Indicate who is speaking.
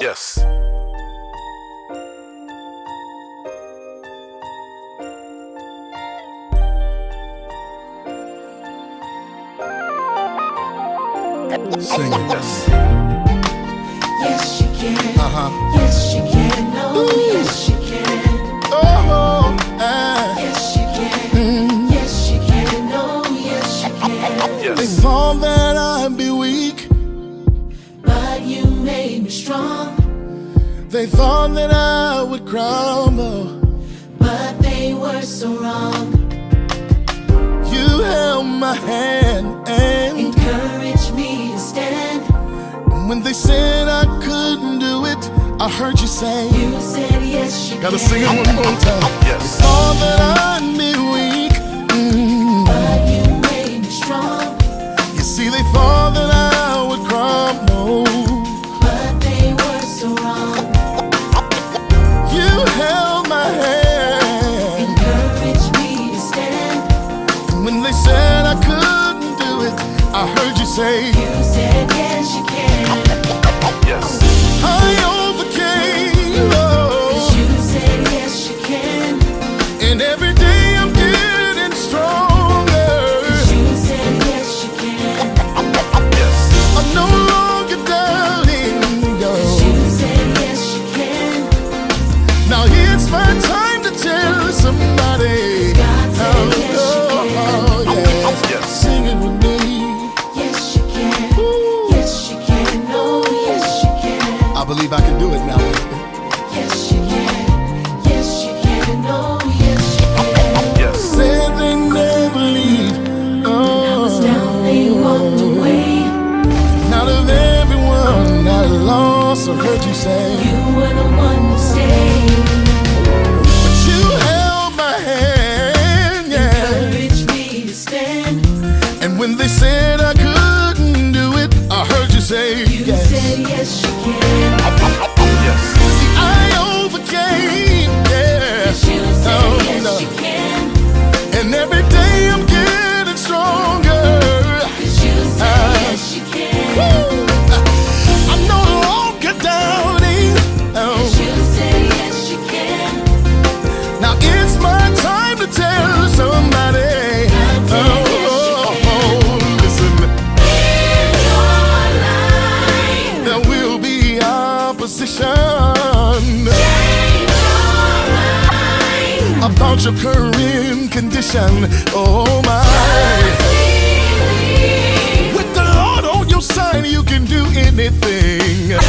Speaker 1: Yes.
Speaker 2: Sing it.
Speaker 1: Yes.
Speaker 3: Yes, she can.
Speaker 2: Uh-huh.
Speaker 3: Yes, she can. No,
Speaker 2: Ooh.
Speaker 3: yes, she can.
Speaker 2: Oh, eh.
Speaker 3: Yes, she
Speaker 2: Mm-hmm.
Speaker 3: can. Yes, she can. No, yes, she can.
Speaker 2: They
Speaker 1: Yes.
Speaker 2: thought that I'd be weak.
Speaker 3: But you made me strong.
Speaker 2: They thought that I would crumble.
Speaker 3: But they were so wrong.
Speaker 2: You held my hand, and
Speaker 3: Encourage me to stand.
Speaker 2: when they said I couldn't do it, I heard you say,
Speaker 3: You said yes, she
Speaker 2: Gotta
Speaker 3: can.
Speaker 2: sing it one more time.
Speaker 1: Yes.
Speaker 2: Thought that I'd be weak. Mm.
Speaker 3: But you made me strong.
Speaker 2: You see, they thought that I would crumble.
Speaker 3: But they were so wrong.
Speaker 2: You held my hand.
Speaker 3: Encourage me to stand.
Speaker 2: When they said I couldn't do it, I heard you say,
Speaker 3: You said yes, she can.
Speaker 1: Yes.
Speaker 2: I overcame.
Speaker 3: Cause
Speaker 2: Oh,
Speaker 3: you said yes, she can.
Speaker 2: and every day I'm getting stronger.
Speaker 3: You said yes, you can.
Speaker 1: Yes.
Speaker 2: I'm no longer doubting.
Speaker 3: You
Speaker 2: No.
Speaker 3: said yes, you can.
Speaker 2: Now it's my time to tell somebody.
Speaker 3: God said
Speaker 2: Oh,
Speaker 3: yes,
Speaker 2: oh,
Speaker 3: you
Speaker 2: yes.
Speaker 1: Yes.
Speaker 2: Sing it with me.
Speaker 3: Yes, you can. Yes, you can. No, yes, you can.
Speaker 2: I believe I can do it now. Elizabeth.
Speaker 3: Yes, you can. Yes, you can. No, yes, you can.
Speaker 1: Yes.
Speaker 2: Said they never leave.
Speaker 3: Was
Speaker 2: Oh.
Speaker 3: down, they walked away.
Speaker 2: Out Oh, of everyone I lost or heard you say,
Speaker 3: You were the one that stayed.
Speaker 2: but you held my hand, yeah.
Speaker 3: Encouraged me to stand.
Speaker 2: And when they said I couldn't do it, I heard you say,
Speaker 3: You
Speaker 2: yes.
Speaker 3: said yes, you can.
Speaker 1: Yes.
Speaker 2: See, I overcame, yeah.
Speaker 3: Yes, you said
Speaker 2: Oh,
Speaker 3: yes, you
Speaker 2: no.
Speaker 3: can.
Speaker 2: And every day I'm getting stronger.
Speaker 3: Cause you said
Speaker 2: Uh,
Speaker 3: yes, you can.
Speaker 2: Woo! I'm no longer doubting. Oh.
Speaker 3: Cause you said yes, you can.
Speaker 2: Now it's my time to tell somebody. Oh, oh, oh, listen, there will be opposition about your current condition. Oh my. With the Lord on your side, you can do anything.